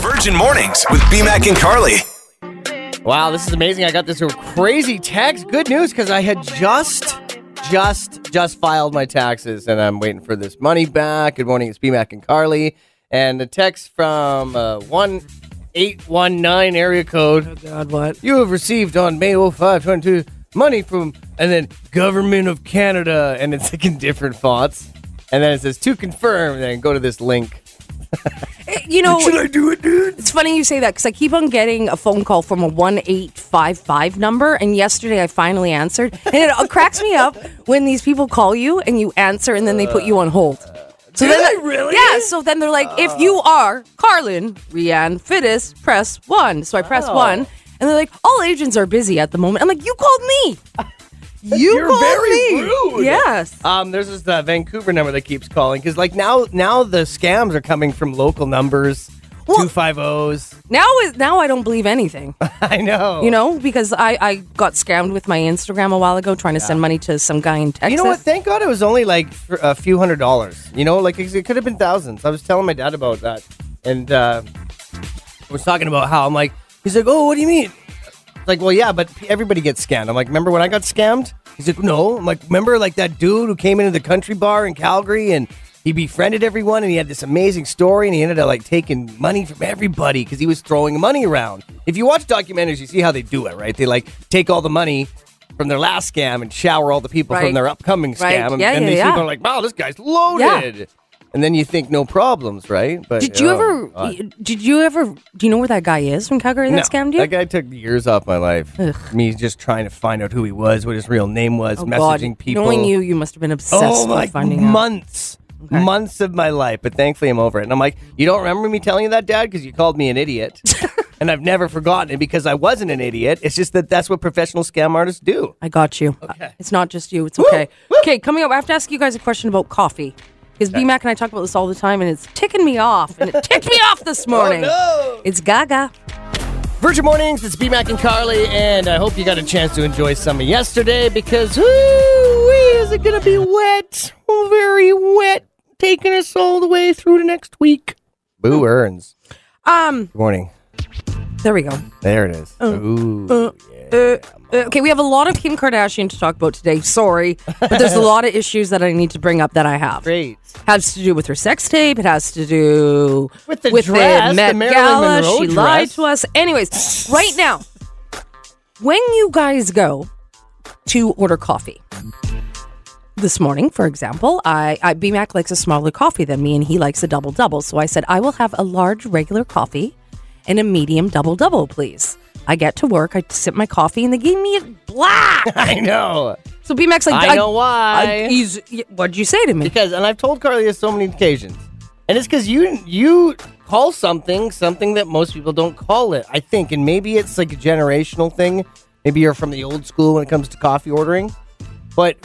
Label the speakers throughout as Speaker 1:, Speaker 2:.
Speaker 1: Virgin Mornings with BMAC and Carly.
Speaker 2: Wow, this is amazing. I got this crazy text. Good news because I had just, just, just filed my taxes and I'm waiting for this money back. Good morning, it's BMAC and Carly. And the text from uh, 1819 area code
Speaker 3: God, what?
Speaker 2: You have received on May 05, 22 money from, and then Government of Canada. And it's like in different fonts. And then it says to confirm, and then go to this link.
Speaker 3: You know,
Speaker 2: I do it, dude?
Speaker 3: it's funny you say that because I keep on getting a phone call from a 1855 number. And yesterday I finally answered. And it cracks me up when these people call you and you answer and then they put you on hold.
Speaker 2: Uh,
Speaker 3: So then, really? Yeah. So then they're like,
Speaker 2: Oh.
Speaker 3: if you are Carlin, Rianne, Fittis, press one. So I press
Speaker 2: Oh.
Speaker 3: one. And they're like, all agents are busy at the moment. I'm like, you called me. You
Speaker 2: You're
Speaker 3: called
Speaker 2: very
Speaker 3: me.
Speaker 2: rude.
Speaker 3: Yes.
Speaker 2: Um, there's this uh, Vancouver number that keeps calling because like now now the scams are coming from local numbers,
Speaker 3: Well-
Speaker 2: two five O's.
Speaker 3: Now is now I don't believe anything.
Speaker 2: I know.
Speaker 3: You know, because I, I got scammed with my Instagram a while ago trying to send money to some guy in Texas.
Speaker 2: You know what? Thank God it was only like for a few hundred dollars. You know, like it could have been thousands. I was telling my dad about that, and uh, I was talking about how I'm like, he's like, oh, what do you mean? It's Like, well, yeah, but everybody gets scammed. I'm like, remember when I got scammed? He's like, no. I'm like, remember like that dude who came into the country bar in Calgary and he befriended everyone and he had this amazing story and he ended up like taking money from everybody because he was throwing money around. If you watch documentaries, you see how they do it, right? They like take all the money from their last scam and shower all the people from
Speaker 3: Right.
Speaker 2: their upcoming
Speaker 3: Right.
Speaker 2: scam. And,
Speaker 3: Yeah,
Speaker 2: and
Speaker 3: yeah,
Speaker 2: these
Speaker 3: yeah.
Speaker 2: people are like, wow, this guy's loaded. And then you think no problems, right? But
Speaker 3: Did you
Speaker 2: oh,
Speaker 3: ever?
Speaker 2: God.
Speaker 3: Did you ever? Do you know where that guy is from Calgary that
Speaker 2: No,
Speaker 3: scammed you?
Speaker 2: That guy took years off my life. Me just trying to find out who he was, what his real name was,
Speaker 3: oh
Speaker 2: messaging
Speaker 3: God!
Speaker 2: people.
Speaker 3: Knowing you, you must have been obsessed
Speaker 2: oh my
Speaker 3: with finding out.
Speaker 2: months.
Speaker 3: Okay.
Speaker 2: Months of my life, but thankfully I'm over it. And I'm like, you don't remember me telling you that, Dad, because you called me an idiot, and I've never forgotten it because I wasn't an idiot. It's just that that's what professional scam artists do.
Speaker 3: I got you. Uh, It's not just you. It's
Speaker 2: Woo!
Speaker 3: okay.
Speaker 2: Woo!
Speaker 3: Okay, coming up, I have to ask you guys a question about coffee. Because BMAC and I talk about this all the time, and it's ticking me off. And it ticked me off this morning.
Speaker 2: Oh, no.
Speaker 3: It's Gaga.
Speaker 2: Virgin Mornings, it's BMAC and Carly, and I hope you got a chance to enjoy some of yesterday because, ooh, is it going to be wet? Oh, Very wet, taking us all the way through to next week. Boo earns.
Speaker 3: Mm. Um,
Speaker 2: Good morning.
Speaker 3: there we go.
Speaker 2: There it is. Ooh.
Speaker 3: Uh, okay, we have a lot of Kim Kardashian to talk about today. Sorry, but there's a lot of issues that I need to bring up that I have.
Speaker 2: Great.
Speaker 3: Has to do with her sex tape. It has to do
Speaker 2: With the dress, the
Speaker 3: Met
Speaker 2: Marilyn
Speaker 3: Gala.
Speaker 2: Monroe
Speaker 3: she lied
Speaker 2: dress.
Speaker 3: to us. Anyways, right now, when you guys go to order coffee this morning, for example, I, I BMAC likes a smaller coffee than me, and he likes a double double. So I said I will have a large regular coffee and a medium double double, please. I get to work, I sip my coffee, and they gave me a black.
Speaker 2: I know.
Speaker 3: So BMAC's like,
Speaker 2: I know why.
Speaker 3: I- he's, what'd you say to me?
Speaker 2: Because, and I've told Carly this so many occasions, and it's because you you call something something that most people don't call it. I think, and maybe it's like a generational thing. Maybe you're from the old school when it comes to coffee ordering, but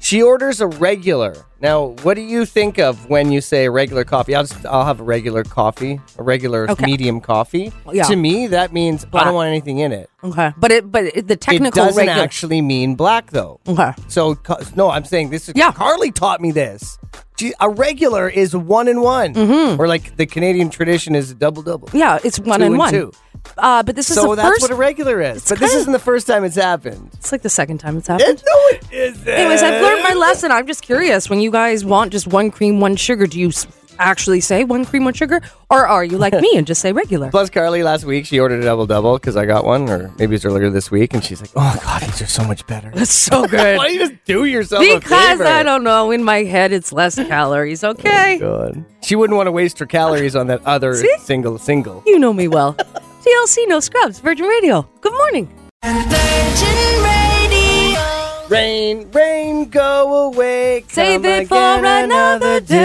Speaker 2: she orders a regular. Now, what do you think of when you say regular coffee? I'll just I'll have a regular coffee, a regular
Speaker 3: Okay.
Speaker 2: medium coffee.
Speaker 3: Yeah.
Speaker 2: To me, that means I
Speaker 3: Black.
Speaker 2: don't want anything in it.
Speaker 3: Okay, but it but it, the
Speaker 2: It
Speaker 3: technical
Speaker 2: doesn't
Speaker 3: regular.
Speaker 2: actually mean black though.
Speaker 3: okay,
Speaker 2: So ca- no, I'm saying this is
Speaker 3: Yeah.
Speaker 2: Carly taught me this. She, a regular is one and one, or like the Canadian tradition is a double double.
Speaker 3: Mm-hmm. yeah, it's one
Speaker 2: Two
Speaker 3: and
Speaker 2: and
Speaker 3: one.
Speaker 2: two.
Speaker 3: Uh, but this is
Speaker 2: So
Speaker 3: the
Speaker 2: that's
Speaker 3: first.
Speaker 2: what a regular is. But this
Speaker 3: kinda-
Speaker 2: isn't the first time it's happened.
Speaker 3: it's like the second time it's happened.
Speaker 2: It, no, it isn't.
Speaker 3: Anyways, I've learned my lesson. I'm just curious. When you guys want just one cream, one sugar, do you s- actually say one cream, one sugar, or are you like me and just say regular?
Speaker 2: Plus, Carly last week she ordered a double double because I got one, or maybe it's earlier this week, and she's like, "Oh God, these are so much better."
Speaker 3: That's so good.
Speaker 2: Why don't you just do yourself a
Speaker 3: because
Speaker 2: favor? Oh
Speaker 3: I don't know. In my head, it's less calories. Okay,
Speaker 2: God. She wouldn't want to waste her calories on that other
Speaker 3: See?
Speaker 2: single single.
Speaker 3: you know me well. TLC, no scrubs. Virgin Radio. Good morning.
Speaker 2: Rain, rain, go away.
Speaker 3: Save
Speaker 2: come
Speaker 3: it for
Speaker 2: again
Speaker 3: another
Speaker 2: day.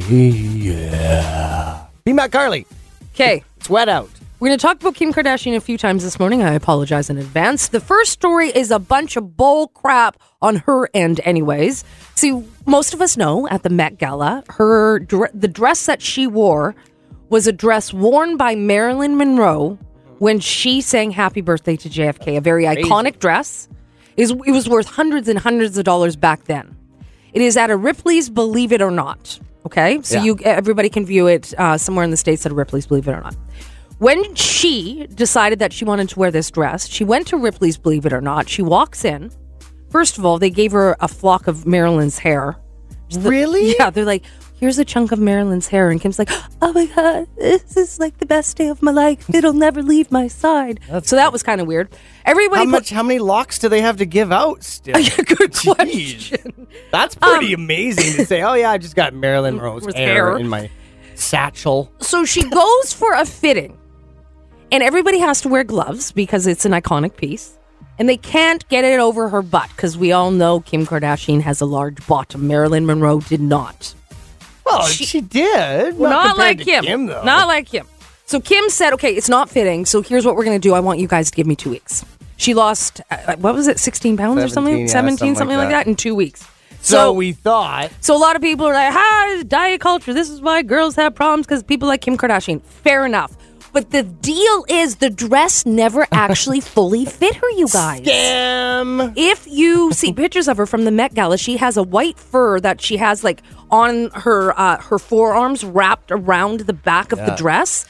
Speaker 2: Yeah. Be Matt Carly.
Speaker 3: Okay.
Speaker 2: It's wet out.
Speaker 3: We're going to talk about Kim Kardashian a few times this morning. I apologize in advance. The first story is a bunch of bull crap on her end, anyways. See, most of us know at the Met Gala, her dre- the dress that she wore was a dress worn by Marilyn Monroe when she sang "Happy Birthday" to JFK. A very iconic dress. Is it was worth hundreds and hundreds of dollars back then. It is at a Ripley's, believe it or not. Okay, so
Speaker 2: Yeah.
Speaker 3: you everybody can view it uh, somewhere in the states at Ripley's, believe it or not. When she decided that she wanted to wear this dress, she went to Ripley's, believe it or not. She walks in. First of all, they gave her a flock of Marilyn's hair.
Speaker 2: Really?
Speaker 3: Yeah, they're like, here's a chunk of Marilyn's hair. And Kim's like, oh my God, this is like the best day of my life. It'll never leave my side. so that was kind of weird. Everybody
Speaker 2: How
Speaker 3: put-
Speaker 2: much? How many locks do they have to give out still?
Speaker 3: Good
Speaker 2: Jeez.
Speaker 3: question.
Speaker 2: That's pretty amazing to say. Oh yeah, I just got Marilyn Monroe's
Speaker 3: With
Speaker 2: hair
Speaker 3: hair.
Speaker 2: in my satchel.
Speaker 3: So she goes for a fitting, and everybody has to wear gloves because it's an iconic piece. And they can't get it over her butt because we all know Kim Kardashian has a large bottom. Marilyn Monroe did not.
Speaker 2: Well, she,
Speaker 3: She-
Speaker 2: did.
Speaker 3: not,
Speaker 2: compared
Speaker 3: like
Speaker 2: to
Speaker 3: him.
Speaker 2: Kim though.
Speaker 3: Not like him. So Kim said, "Okay, it's not fitting. So here's what we're going to do. I want you guys to give me two weeks." She lost uh, what was it, 16 pounds
Speaker 2: 17,
Speaker 3: or something,
Speaker 2: yeah,
Speaker 3: 17,
Speaker 2: something like
Speaker 3: something, like
Speaker 2: that.
Speaker 3: that, in two weeks.
Speaker 2: so, we thought.
Speaker 3: So a lot of people are like, "Hi, diet culture. This is why girls have problems because people like Kim Kardashian." Fair enough. But the deal is the dress never actually fully fit her, you guys.
Speaker 2: Damn.
Speaker 3: If you see pictures of her from the Met Gala, she has a white fur that she has like on her uh, her forearms wrapped around the back of the dress.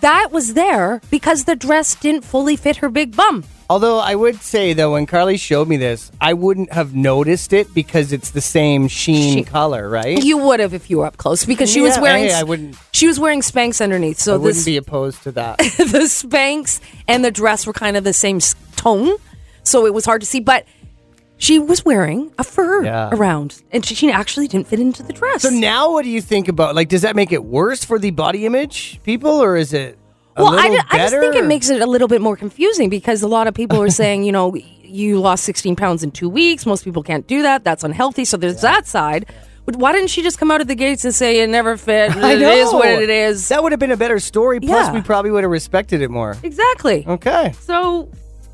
Speaker 3: That was there because the dress didn't fully fit her big bum.
Speaker 2: Although I would say though, when Carly showed me this, I wouldn't have noticed it because it's the same sheen
Speaker 3: Sheen.
Speaker 2: color, right?
Speaker 3: You would have if you were up close because she was
Speaker 2: Yeah,
Speaker 3: wearing
Speaker 2: hey, I wouldn't-
Speaker 3: she was wearing Spanx underneath. So
Speaker 2: I
Speaker 3: this
Speaker 2: wouldn't be opposed to that.
Speaker 3: the Spanx and the dress were kind of the same s- tone, so it was hard to see. But she was wearing a fur
Speaker 2: Yeah.
Speaker 3: around, and she, she actually didn't fit into the dress.
Speaker 2: So now, what do you think about? Like, does that make it worse for the body image people, or is it a
Speaker 3: well, I,
Speaker 2: little
Speaker 3: ju- I just
Speaker 2: better?
Speaker 3: think it makes it a little bit more confusing because a lot of people are saying, you know, you lost 16 pounds in two weeks. Most people can't do that. That's unhealthy. So there's that side. But why didn't she just come out of the gates and say it never fit?
Speaker 2: I
Speaker 3: It
Speaker 2: know.
Speaker 3: is what it is.
Speaker 2: That would have been a better story. Plus,
Speaker 3: Yeah.
Speaker 2: we probably would have respected it more.
Speaker 3: exactly.
Speaker 2: Okay.
Speaker 3: So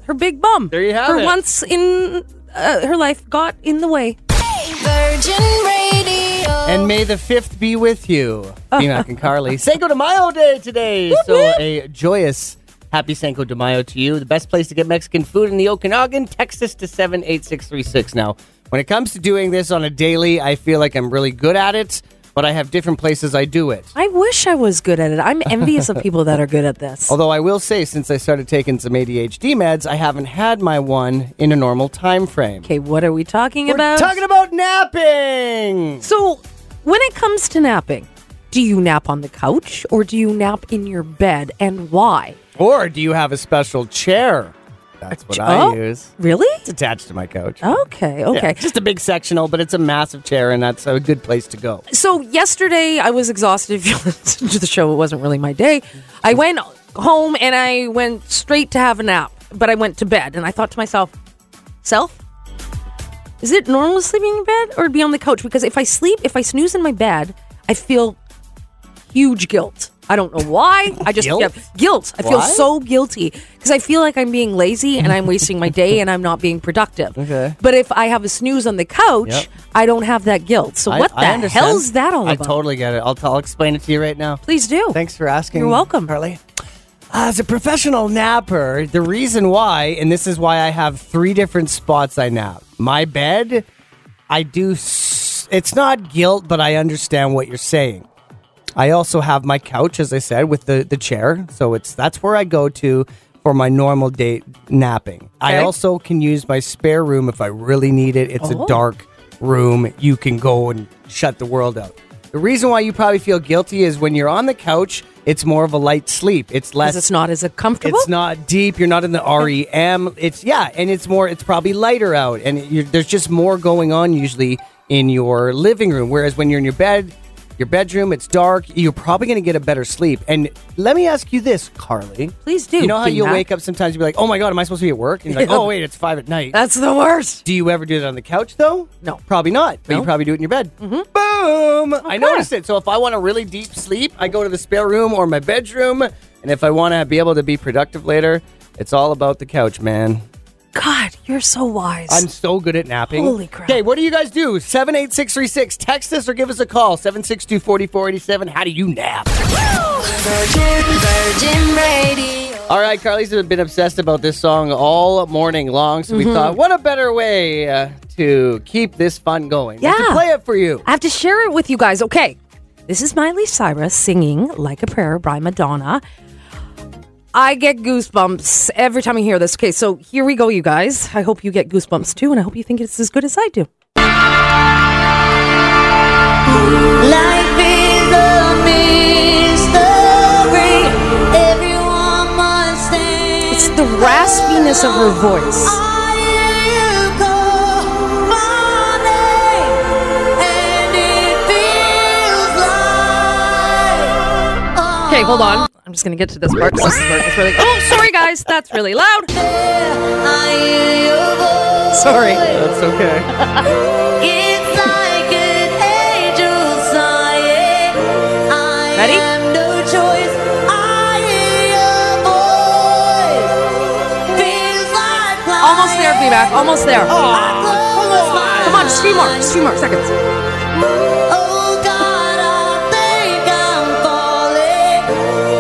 Speaker 3: her big bum.
Speaker 2: Oh. There you have
Speaker 3: her
Speaker 2: it.
Speaker 3: once in uh, her life got in the way.
Speaker 4: Virgin Radio.
Speaker 3: Oh.
Speaker 2: And may the fifth be with you, B-Mac and Carly. Cinco de Mayo day today. So a joyous happy Cinco de Mayo to you. The best place to get Mexican food in the Okanagan. Text us to 78636 now. When it comes to doing this on a daily, I feel like I'm really good at it, but I have different places I do it.
Speaker 3: I wish I was good at it. I'm envious of people that are good at this.
Speaker 2: Although I will say, since I started taking some ADHD meds, I haven't had my one in a normal time frame.
Speaker 3: Okay, what are we talking
Speaker 2: We're
Speaker 3: about?
Speaker 2: talking about napping.
Speaker 3: so, when it comes to napping, do you nap on the couch or do you nap in your bed and why?
Speaker 2: Or do you have a special chair? That's what
Speaker 3: Oh,
Speaker 2: I use.
Speaker 3: Really?
Speaker 2: It's attached to my couch.
Speaker 3: Okay,
Speaker 2: Yeah,
Speaker 3: okay.
Speaker 2: just a big sectional, but it's a massive chair, and that's a good place to go.
Speaker 3: So, yesterday I was exhausted. If you listened to the show, it wasn't really my day. I went home and I went straight to have a nap, but I went to bed and I thought to myself, self, is it normal to sleeping in bed or to be on the couch? Because if I sleep, if I snooze in my bed, I feel huge guilt. I don't know why. I just
Speaker 2: Guilt?
Speaker 3: yeah, guilt. I feel
Speaker 2: Why?
Speaker 3: so guilty because I feel like I'm being lazy and I'm wasting my day and I'm not being productive.
Speaker 2: Okay.
Speaker 3: But if I have a snooze on the couch,
Speaker 2: Yep.
Speaker 3: I don't have that guilt. So
Speaker 2: I-
Speaker 3: what
Speaker 2: I
Speaker 3: the
Speaker 2: understand.
Speaker 3: hell's that all
Speaker 2: I
Speaker 3: about?
Speaker 2: totally get it. I'll, t- I'll explain it to you right now.
Speaker 3: Please do.
Speaker 2: Thanks for asking.
Speaker 3: You're welcome.
Speaker 2: Carly. Uh, As a professional napper, the reason why, and this is why I have three different spots I nap. My bed, I do, s- it's not guilt, but I understand what you're saying. I also have my couch, as I said, with the, the chair. So it's that's where I go to for my normal day napping. I
Speaker 3: Okay.
Speaker 2: also can use my spare room if I really need it. It's a
Speaker 3: Oh.
Speaker 2: dark room. You can go and shut the world out. The reason why you probably feel guilty is when you're on the couch, it's more of a light sleep. It's less
Speaker 3: Because it's not as a comfortable.
Speaker 2: it's not deep. You're not in the REM. It's yeah, and it's more. It's probably lighter out, and you're, there's just more going on usually in your living room. Whereas when you're in your bed, your bedroom, it's dark. You're probably going to get a better sleep. And let me ask you this, Carly.
Speaker 3: Please do,
Speaker 2: You know how
Speaker 3: do
Speaker 2: you'll
Speaker 3: that.
Speaker 2: wake up sometimes? You'll be like, oh my god, am I supposed to be at work? And you're like, oh wait, it's five at night.
Speaker 3: That's the worst.
Speaker 2: Do you ever do that on the couch though?
Speaker 3: No.
Speaker 2: probably not. But you
Speaker 3: No. Mm-hmm.
Speaker 2: probably do it in your bed. Boom! I noticed it. So if I want a really deep sleep, I go to the spare room or my bedroom. And if I want to be able to be productive later, it's all about the couch, man.
Speaker 3: God, you're so wise.
Speaker 2: I'm so good at napping.
Speaker 3: Holy crap.
Speaker 2: Okay, what do you guys do? 78636. Text us or give us a call. 762 4487. How do you nap?
Speaker 4: Virgin, Virgin Radio.
Speaker 2: All right, Carly's been obsessed about this song all morning long. So
Speaker 3: Mm-hmm.
Speaker 2: we thought, what a better way uh, to keep this fun going than to
Speaker 3: Yeah.
Speaker 2: play it for you.
Speaker 3: I have to share it with you guys. Okay. This is Miley Cyrus singing Like a Prayer by Madonna. I get goosebumps every time I hear this. Okay, so here we go, you guys. I hope you get goosebumps too, and I hope you think it's as good as I do.
Speaker 4: Life is a mystery. Everyone must stand.
Speaker 3: It's the raspiness of her voice.
Speaker 4: I will go one day, and it feels like
Speaker 3: Okay, hold on. I'm just gonna get to this part. 'cause This is where it's really. Oh, sorry guys, that's really loud.
Speaker 4: I hear your voice.
Speaker 3: Sorry.
Speaker 2: That's okay.
Speaker 4: It's like an angel sighing. I
Speaker 3: Ready?
Speaker 4: have no choice. I hear your voice. Feels like
Speaker 3: Almost there,
Speaker 4: flying.
Speaker 3: feedback. Almost there.
Speaker 4: I
Speaker 3: Come on, just three more. Just three more seconds.
Speaker 4: Oh God, I think I'm falling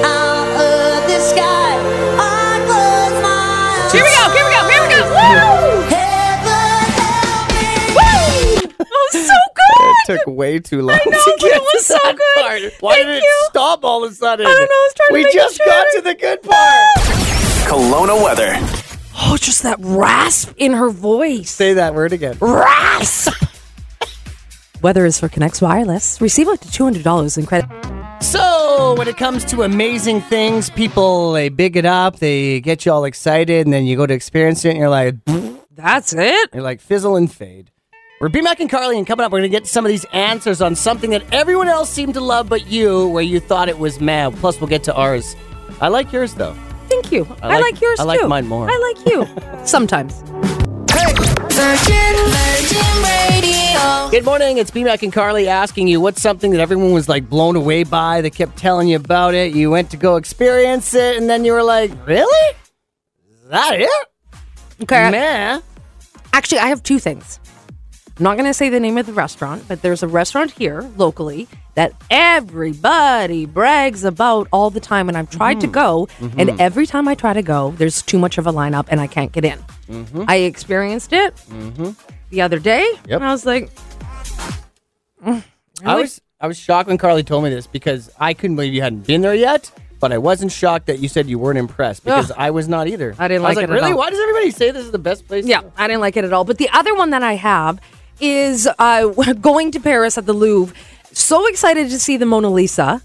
Speaker 4: out of the sky. I close my eyes.
Speaker 3: Here we go. Here we go. Here we go.
Speaker 4: Heaven help me.
Speaker 3: Woo! Woo! That was so
Speaker 2: It
Speaker 3: good.
Speaker 2: took way too long
Speaker 3: know,
Speaker 2: to
Speaker 3: but
Speaker 2: get
Speaker 3: it was
Speaker 2: to
Speaker 3: so
Speaker 2: that
Speaker 3: good.
Speaker 2: part. Why
Speaker 3: Thank
Speaker 2: did it
Speaker 3: you.
Speaker 2: stop all of a sudden?
Speaker 3: I don't know, I was trying to
Speaker 2: we
Speaker 3: make it
Speaker 2: just got
Speaker 3: shorter.
Speaker 2: to the good part.
Speaker 1: Kelowna weather.
Speaker 3: Oh, just that rasp in her voice.
Speaker 2: Say that word again.
Speaker 3: Rasp. Weather is for Connects Wireless. Receive up to two hundred dollars in credit.
Speaker 2: So, when it comes to amazing things, people they big it up, they get you all excited, and then you go to experience it, and you're like,
Speaker 3: That's it.
Speaker 2: you're like fizzle and fade. We're B Mac and Carly, and coming up, we're gonna get some of these answers on something that everyone else seemed to love, but you, where you thought it was mad. Plus, we'll get to ours. I like yours though.
Speaker 3: Thank you. I like,
Speaker 2: I like-
Speaker 3: yours
Speaker 2: I like
Speaker 3: too.
Speaker 2: mine more.
Speaker 3: I like you. Sometimes.
Speaker 4: Virgin, Virgin Radio.
Speaker 2: Good morning. It's B Mac and Carly asking you what's something that everyone was like blown away by. They kept telling you about it. You went to go experience it, and then you were like, really? Is that it?
Speaker 3: Okay.
Speaker 2: Meh.
Speaker 3: Actually, I have two things. I'm not going to say the name of the restaurant, but there's a restaurant here locally that everybody brags about all the time. And I've tried
Speaker 2: Mm.
Speaker 3: to go,
Speaker 2: Mm-hmm.
Speaker 3: and every time I try to go, there's too much of a lineup and I can't get in. I experienced it the other day,
Speaker 2: Mm-hmm. Yep.
Speaker 3: and I was like,
Speaker 2: I was I was shocked when Carly told me this because I couldn't believe you hadn't been there yet. But I wasn't shocked that you said you weren't impressed because
Speaker 3: Ugh.
Speaker 2: I was not either.
Speaker 3: I didn't
Speaker 2: I was
Speaker 3: like
Speaker 2: like,
Speaker 3: it at
Speaker 2: really?
Speaker 3: all."
Speaker 2: Why does everybody say this is the best place?
Speaker 3: yeah, I didn't like it at all. But the other one that I have is uh, going to Paris at the Louvre. So excited to see the Mona Lisa.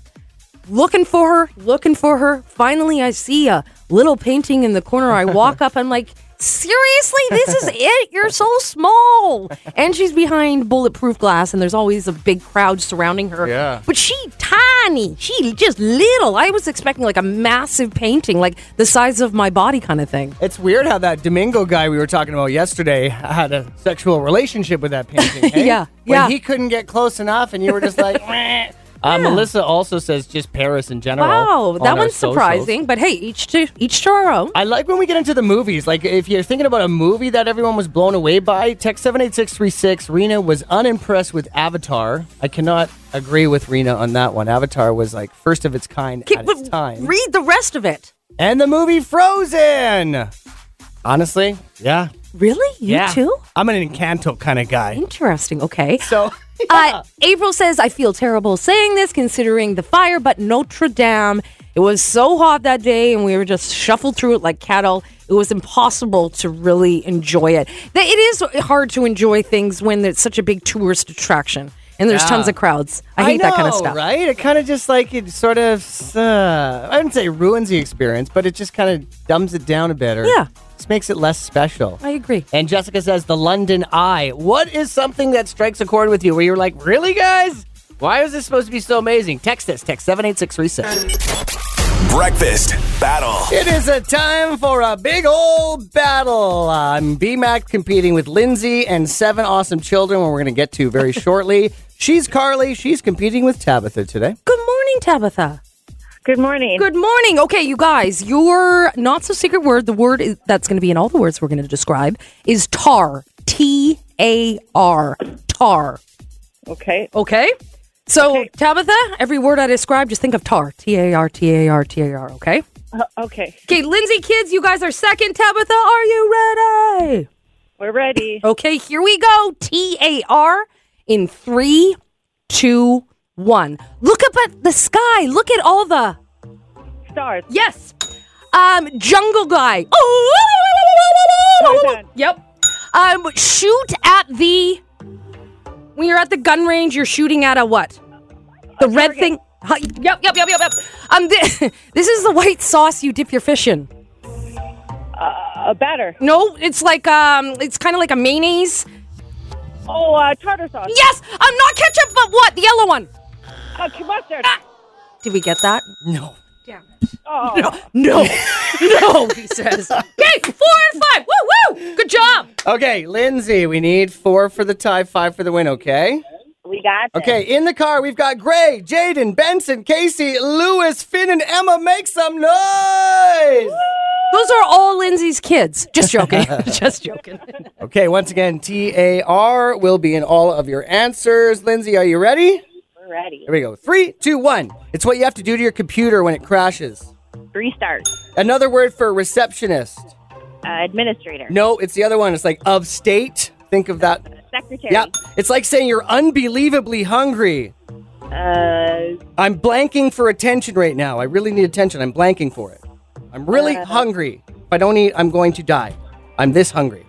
Speaker 3: looking for her, looking for her. Finally, I see a little painting in the corner. I walk up. I'm like, seriously, this is it. You're so small. And she's behind bulletproof glass, and there's always a big crowd surrounding her.
Speaker 2: Yeah.
Speaker 3: But she tiny. She just little. I was expecting like a massive painting, like the size of my body kind of thing.
Speaker 2: It's weird how that Domingo guy we were talking about yesterday had a sexual relationship with that painting. hey?
Speaker 3: Yeah,
Speaker 2: When
Speaker 3: yeah.
Speaker 2: he couldn't get close enough and you were just like, "Meh." uh, Melissa also says just Paris in general.
Speaker 3: Wow,
Speaker 2: on
Speaker 3: that
Speaker 2: our
Speaker 3: one's
Speaker 2: socials.
Speaker 3: surprising. But hey, each to each to our own.
Speaker 2: I like when we get into the movies. Like, if you're thinking about a movie that everyone was blown away by, text 78636. Rena was unimpressed with Avatar. I cannot agree with Rena on that one. Avatar was like first of its kind
Speaker 3: Okay,
Speaker 2: at
Speaker 3: but
Speaker 2: its time.
Speaker 3: Read the rest of it.
Speaker 2: and the movie Frozen. Honestly, yeah.
Speaker 3: Really? You
Speaker 2: yeah.
Speaker 3: too?
Speaker 2: I'm an Encanto kind of guy.
Speaker 3: Interesting. Okay.
Speaker 2: So,
Speaker 3: Uh, April says, I feel terrible saying this considering the fire, but Notre Dame, it was so hot that day and we were just shuffled through it like cattle. It was impossible to really enjoy it. Th- It is hard to enjoy things when it's such a big tourist attraction and there's
Speaker 2: Yeah.
Speaker 3: tons of crowds. I hate that kind of
Speaker 2: know,
Speaker 3: stuff.
Speaker 2: Right? It kind of just like it sort of, uh, I wouldn't say ruins the experience, but it just kind of dumbs it down a bit or
Speaker 3: Yeah.
Speaker 2: just makes it less special.
Speaker 3: I agree.
Speaker 2: And Jessica says the London Eye. What is something that strikes a chord with you where you're like, really, guys? Why is this supposed to be so amazing? Text us, text 78636.
Speaker 1: Breakfast battle.
Speaker 2: It is a time for a big old battle. I'm BMAC competing with Lindsay and seven awesome children, where we're going to get to very shortly. She's Carly. She's competing with Tabitha today.
Speaker 3: Good morning, Tabitha.
Speaker 5: Good morning.
Speaker 3: Good morning. Okay, you guys, your not so secret word, the word is, that's going to be in all the words we're going to describe, is tar. T A R. Tar.
Speaker 5: Okay.
Speaker 3: Okay. So, Tabitha, every word I describe, just think of tar. T A R T A R T A R. Okay.
Speaker 5: Uh, okay.
Speaker 3: Okay, Lindsay kids, you guys are second. Tabitha, are you ready?
Speaker 5: We're ready.
Speaker 3: Okay, here we go. T A R in three, two, one. Look up at the sky. Look at all the
Speaker 5: Stars.
Speaker 3: yes. Um, jungle guy.
Speaker 5: Tarzan.
Speaker 3: Oh. Yep. Um, shoot at the. When you're at the gun range, you're shooting at a what? The red thing. Huh, Yep, yep, yep, yep, yep. Um, thi- this is the white sauce you dip your fish in.
Speaker 5: A Uh, batter.
Speaker 3: No, it's like um, it's kind of like a mayonnaise.
Speaker 5: Oh, uh, tartar sauce.
Speaker 3: Yes, I'm not ketchup, but what? The yellow one.
Speaker 5: Uh, cu- mustard.
Speaker 3: Did we get that?
Speaker 2: No.
Speaker 5: Oh,
Speaker 3: No, no, he says. Okay, four and five. Woo, woo. Good job.
Speaker 2: Okay, Lindsay, we need four for the tie, five for the win, okay?
Speaker 5: we got this.
Speaker 2: Okay, in the car, we've got Gray, Jaden, Benson, Casey, Lewis, Finn, and Emma. Make some noise!
Speaker 3: Those are all Lindsay's kids. Just joking. Just joking.
Speaker 2: Okay, once again, T A R will be in all of your answers. Lindsay, are you ready?
Speaker 5: We're ready.
Speaker 2: Here we go. Three, two, one. It's what you have to do to your computer when it crashes.
Speaker 5: Three stars.
Speaker 2: Another word for receptionist.
Speaker 5: Uh, administrator.
Speaker 2: No, it's the other one. It's like of state. Think of that.
Speaker 5: Secretary.
Speaker 2: Yep. It's like saying you're unbelievably hungry.
Speaker 5: Uh,
Speaker 2: I'm blanking for attention right now. I really need attention. I'm blanking for it. I'm really hungry. If I don't eat, I'm going to die. I'm this hungry.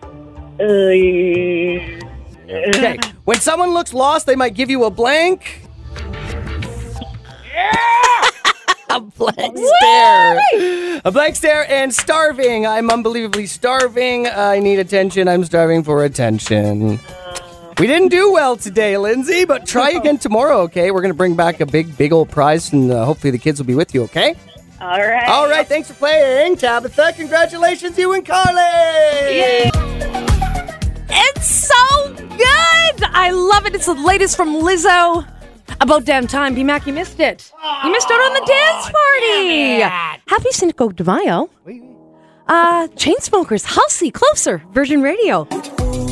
Speaker 5: uh,
Speaker 2: Okay. when someone looks lost, they might give you a blank.
Speaker 3: A blank.
Speaker 2: Stare. A blank stare and starving. I'm unbelievably starving. I need attention. I'm starving for attention. We didn't do well today, Lindsay, but try again tomorrow, okay? We're going to bring back a big, big old prize, and uh, hopefully the kids will be with you, okay?
Speaker 5: all right.
Speaker 2: All right, thanks for playing, Tabitha. Congratulations, you and Carly.
Speaker 3: It's so good. I love it. It's the latest from Lizzo. About damn time, B Mac, you missed it. You missed out on the dance party. Happy Cinco de Mayo. Uh, Chainsmokers, Halsey, Closer, Virgin Radio.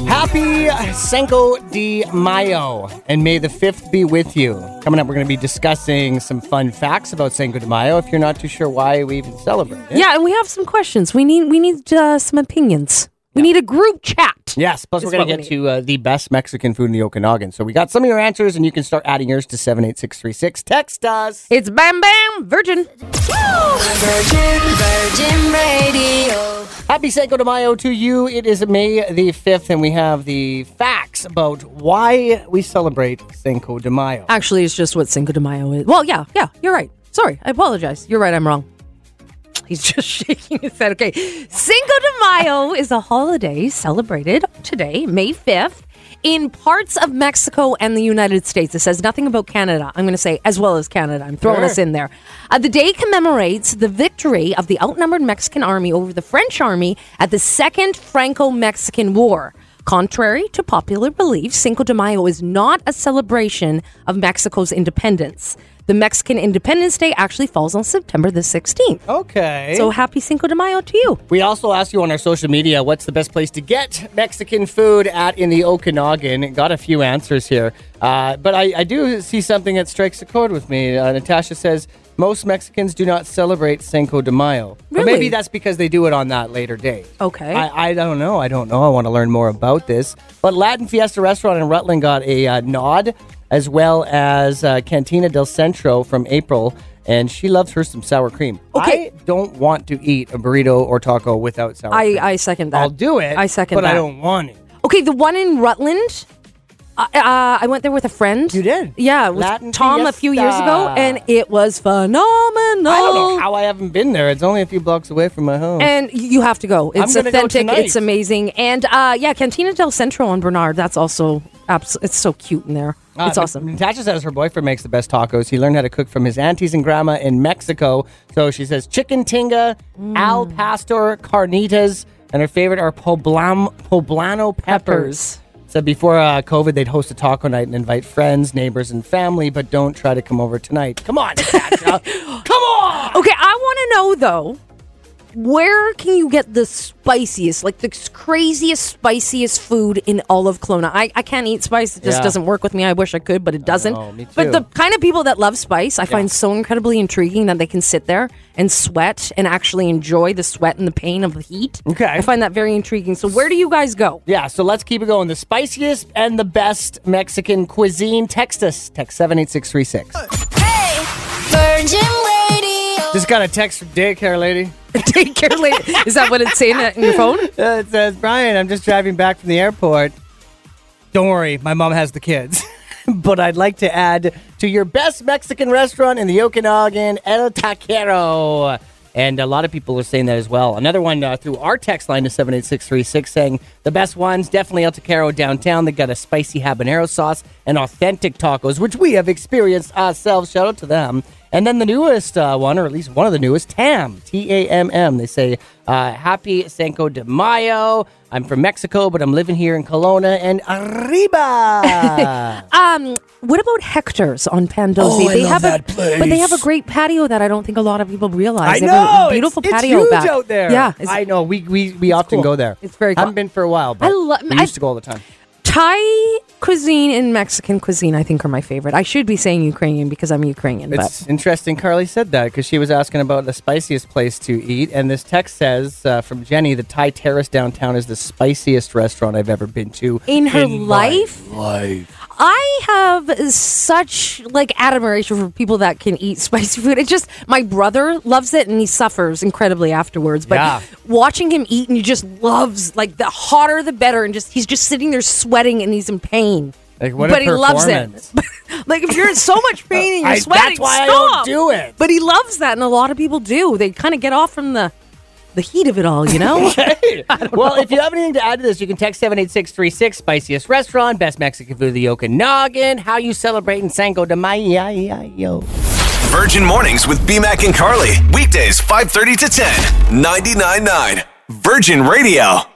Speaker 2: Happy Cinco de Mayo, and may the 5th be with you. Coming up, we're going to be discussing some fun facts about Cinco de Mayo if you're not too sure why we even celebrate it.
Speaker 3: Yeah, and we have some questions. We need we need uh, some opinions. We need a group chat.
Speaker 2: Yes, plus
Speaker 3: Is
Speaker 2: we're going
Speaker 3: what
Speaker 2: to
Speaker 3: we
Speaker 2: get to uh, the best Mexican food in the Okanagan. So we got some of your answers, and you can start adding yours to 78636. Text us.
Speaker 3: It's Bam Bam Virgin.
Speaker 4: Virgin, Virgin Radio.
Speaker 2: Happy Cinco de Mayo to you. It is May the 5th, and we have the facts about why we celebrate Cinco de Mayo.
Speaker 3: Actually, it's just what Cinco de Mayo is. Well, yeah, yeah, you're right. Sorry, I apologize. You're right, I'm wrong. He's just shaking his head. Okay. Cinco de Mayo is a holiday celebrated today, May 5th, in parts of Mexico and the United States. It says nothing about Canada. I'm going to say as well as Canada. I'm throwing
Speaker 2: Sure.
Speaker 3: us in there. Uh, the day commemorates the victory of the outnumbered Mexican army over the French army at the Second Franco Mexican War. Contrary to popular belief, Cinco de Mayo is not a celebration of Mexico's independence. The Mexican Independence Day actually falls on September the 16th.
Speaker 2: Okay.
Speaker 3: So happy Cinco de Mayo to you.
Speaker 2: We also asked you on our social media what's the best place to get Mexican food at in the Okanagan. Got a few answers here, uh, but I, I do see something that strikes a chord with me. Uh, Natasha says most Mexicans do not celebrate Cinco de Mayo. But maybe
Speaker 3: Really?
Speaker 2: that's because they do it on that later day.
Speaker 3: Okay.
Speaker 2: I, I don't know. I don't know. I want to learn more about this. But Latin Fiesta Restaurant in Rutland got a uh, nod, as well as uh, Cantina del Centro from April. And she loves her some sour cream.
Speaker 3: Okay.
Speaker 2: I don't want to eat a burrito or taco without sour
Speaker 3: I,
Speaker 2: cream.
Speaker 3: I second that.
Speaker 2: I'll do it.
Speaker 3: I second
Speaker 2: but
Speaker 3: that.
Speaker 2: I don't want it.
Speaker 3: Okay, the one in Rutland. Uh, uh, I went there with a friend.
Speaker 2: You did?
Speaker 3: Yeah, with
Speaker 2: Latin
Speaker 3: Tom a few years ago,
Speaker 2: Fiesta.
Speaker 3: and it was phenomenal.
Speaker 2: I don't
Speaker 3: Oh!
Speaker 2: know how I haven't been there. It's only a few blocks away from my home.
Speaker 3: And you have to go. It's
Speaker 2: gonna go
Speaker 3: authentic.
Speaker 2: tonight.
Speaker 3: it's amazing. And uh, yeah, Cantina del Centro on Bernard. That's also abs- It's so cute in there.
Speaker 2: Uh,
Speaker 3: it's awesome.
Speaker 2: Natasha says her boyfriend makes the best tacos. He learned how to cook from his aunties and grandma in Mexico. So she says chicken tinga,
Speaker 3: Mm.
Speaker 2: al pastor, carnitas, and her favorite are poblam, poblano peppers.
Speaker 3: Peppers.
Speaker 2: Said before uh, COVID, they'd host a taco night and invite friends, neighbors, and family, but don't try to come over tonight. Come on, Natasha. come on.
Speaker 3: Okay, I want to know though where can you get the spiciest, like the craziest, spiciest food in all of Kelowna? I, I can't eat spice. It just
Speaker 2: Yeah.
Speaker 3: doesn't work with me. I wish I could, but it doesn't.
Speaker 2: know, me
Speaker 3: But
Speaker 2: too.
Speaker 3: the kind of people that love spice, I find so incredibly intriguing that they can sit there and sweat and actually enjoy the sweat and the pain of the heat.
Speaker 2: Okay.
Speaker 3: I find that very intriguing. So where do you guys go?
Speaker 6: Yeah, so let's keep it going. The spiciest and the best Mexican cuisine. Text us. Text 78636.
Speaker 4: Hey, Virgin Radio.
Speaker 2: Just got a text from daycare lady.
Speaker 3: Take care, lady. Is that what it's saying in your phone?
Speaker 2: Uh, it says, Brian, I'm just driving back from the airport. Don't worry, my mom has the kids. but I'd like to add to your best Mexican restaurant in the Okanagan, El Taquero. And a lot of people are saying that as well. Another one uh, through our text line to 78636 saying the best ones, definitely El Taquero downtown. They got a spicy habanero sauce and authentic tacos, which we have experienced ourselves. Shout out to them. And then the newest uh, one, or at least one of the newest, TAM, T A M M. They say, uh, Happy Cinco de Mayo. I'm from Mexico, but I'm living here in Kelowna and Arriba.
Speaker 3: Um, what about Hector's on Pandozzi?
Speaker 2: Oh, I
Speaker 3: they
Speaker 2: love
Speaker 3: have
Speaker 2: that
Speaker 3: a,
Speaker 2: place.
Speaker 3: But they have a great patio that I don't think a lot of people realize.
Speaker 2: I
Speaker 3: They have
Speaker 2: know.
Speaker 3: a beautiful
Speaker 2: it's,
Speaker 3: patio
Speaker 2: it's huge
Speaker 3: back.
Speaker 2: out there.
Speaker 3: Yeah, it's-
Speaker 2: I know. We we, we often
Speaker 3: cool.
Speaker 2: go there.
Speaker 3: It's very
Speaker 2: I
Speaker 3: cool.
Speaker 2: haven't been for a while, but
Speaker 3: I lo-
Speaker 2: we
Speaker 3: I-
Speaker 2: used to go all the time.
Speaker 3: Thai cuisine and Mexican cuisine, I think, are my favorite. I should be saying Ukrainian because I'm Ukrainian,
Speaker 2: It's interesting. Carly said that because she was asking about the spiciest place to eat, and this text says uh, from Jenny, the Thai Terrace downtown is the spiciest restaurant I've ever been to
Speaker 3: but in her
Speaker 2: my
Speaker 3: life,
Speaker 2: life.
Speaker 3: I have such like admiration for people that can eat spicy food. It just my brother loves it and he suffers incredibly afterwards. But
Speaker 2: Yeah.
Speaker 3: watching him eat and he just loves like the hotter the better, and just he's just sitting there sweating and he's in pain.
Speaker 2: Like, what a
Speaker 3: but he loves
Speaker 2: performance.
Speaker 3: it. like if you're in so much pain and you're
Speaker 2: I- that's
Speaker 3: sweating,
Speaker 2: why I don't
Speaker 3: stop.
Speaker 2: do it.
Speaker 3: But he loves that, and a lot of people do. They kind of get off from the the heat of it all, you know.
Speaker 6: Well, if you have anything to add to this, you can text 78636. Spiciest restaurant, best Mexican food, the Okanagan. How you celebrating Sango de Mayo?
Speaker 1: Virgin Mornings with BMAC and Carly. Weekdays 5:30 to 10. 99.9 Virgin Radio.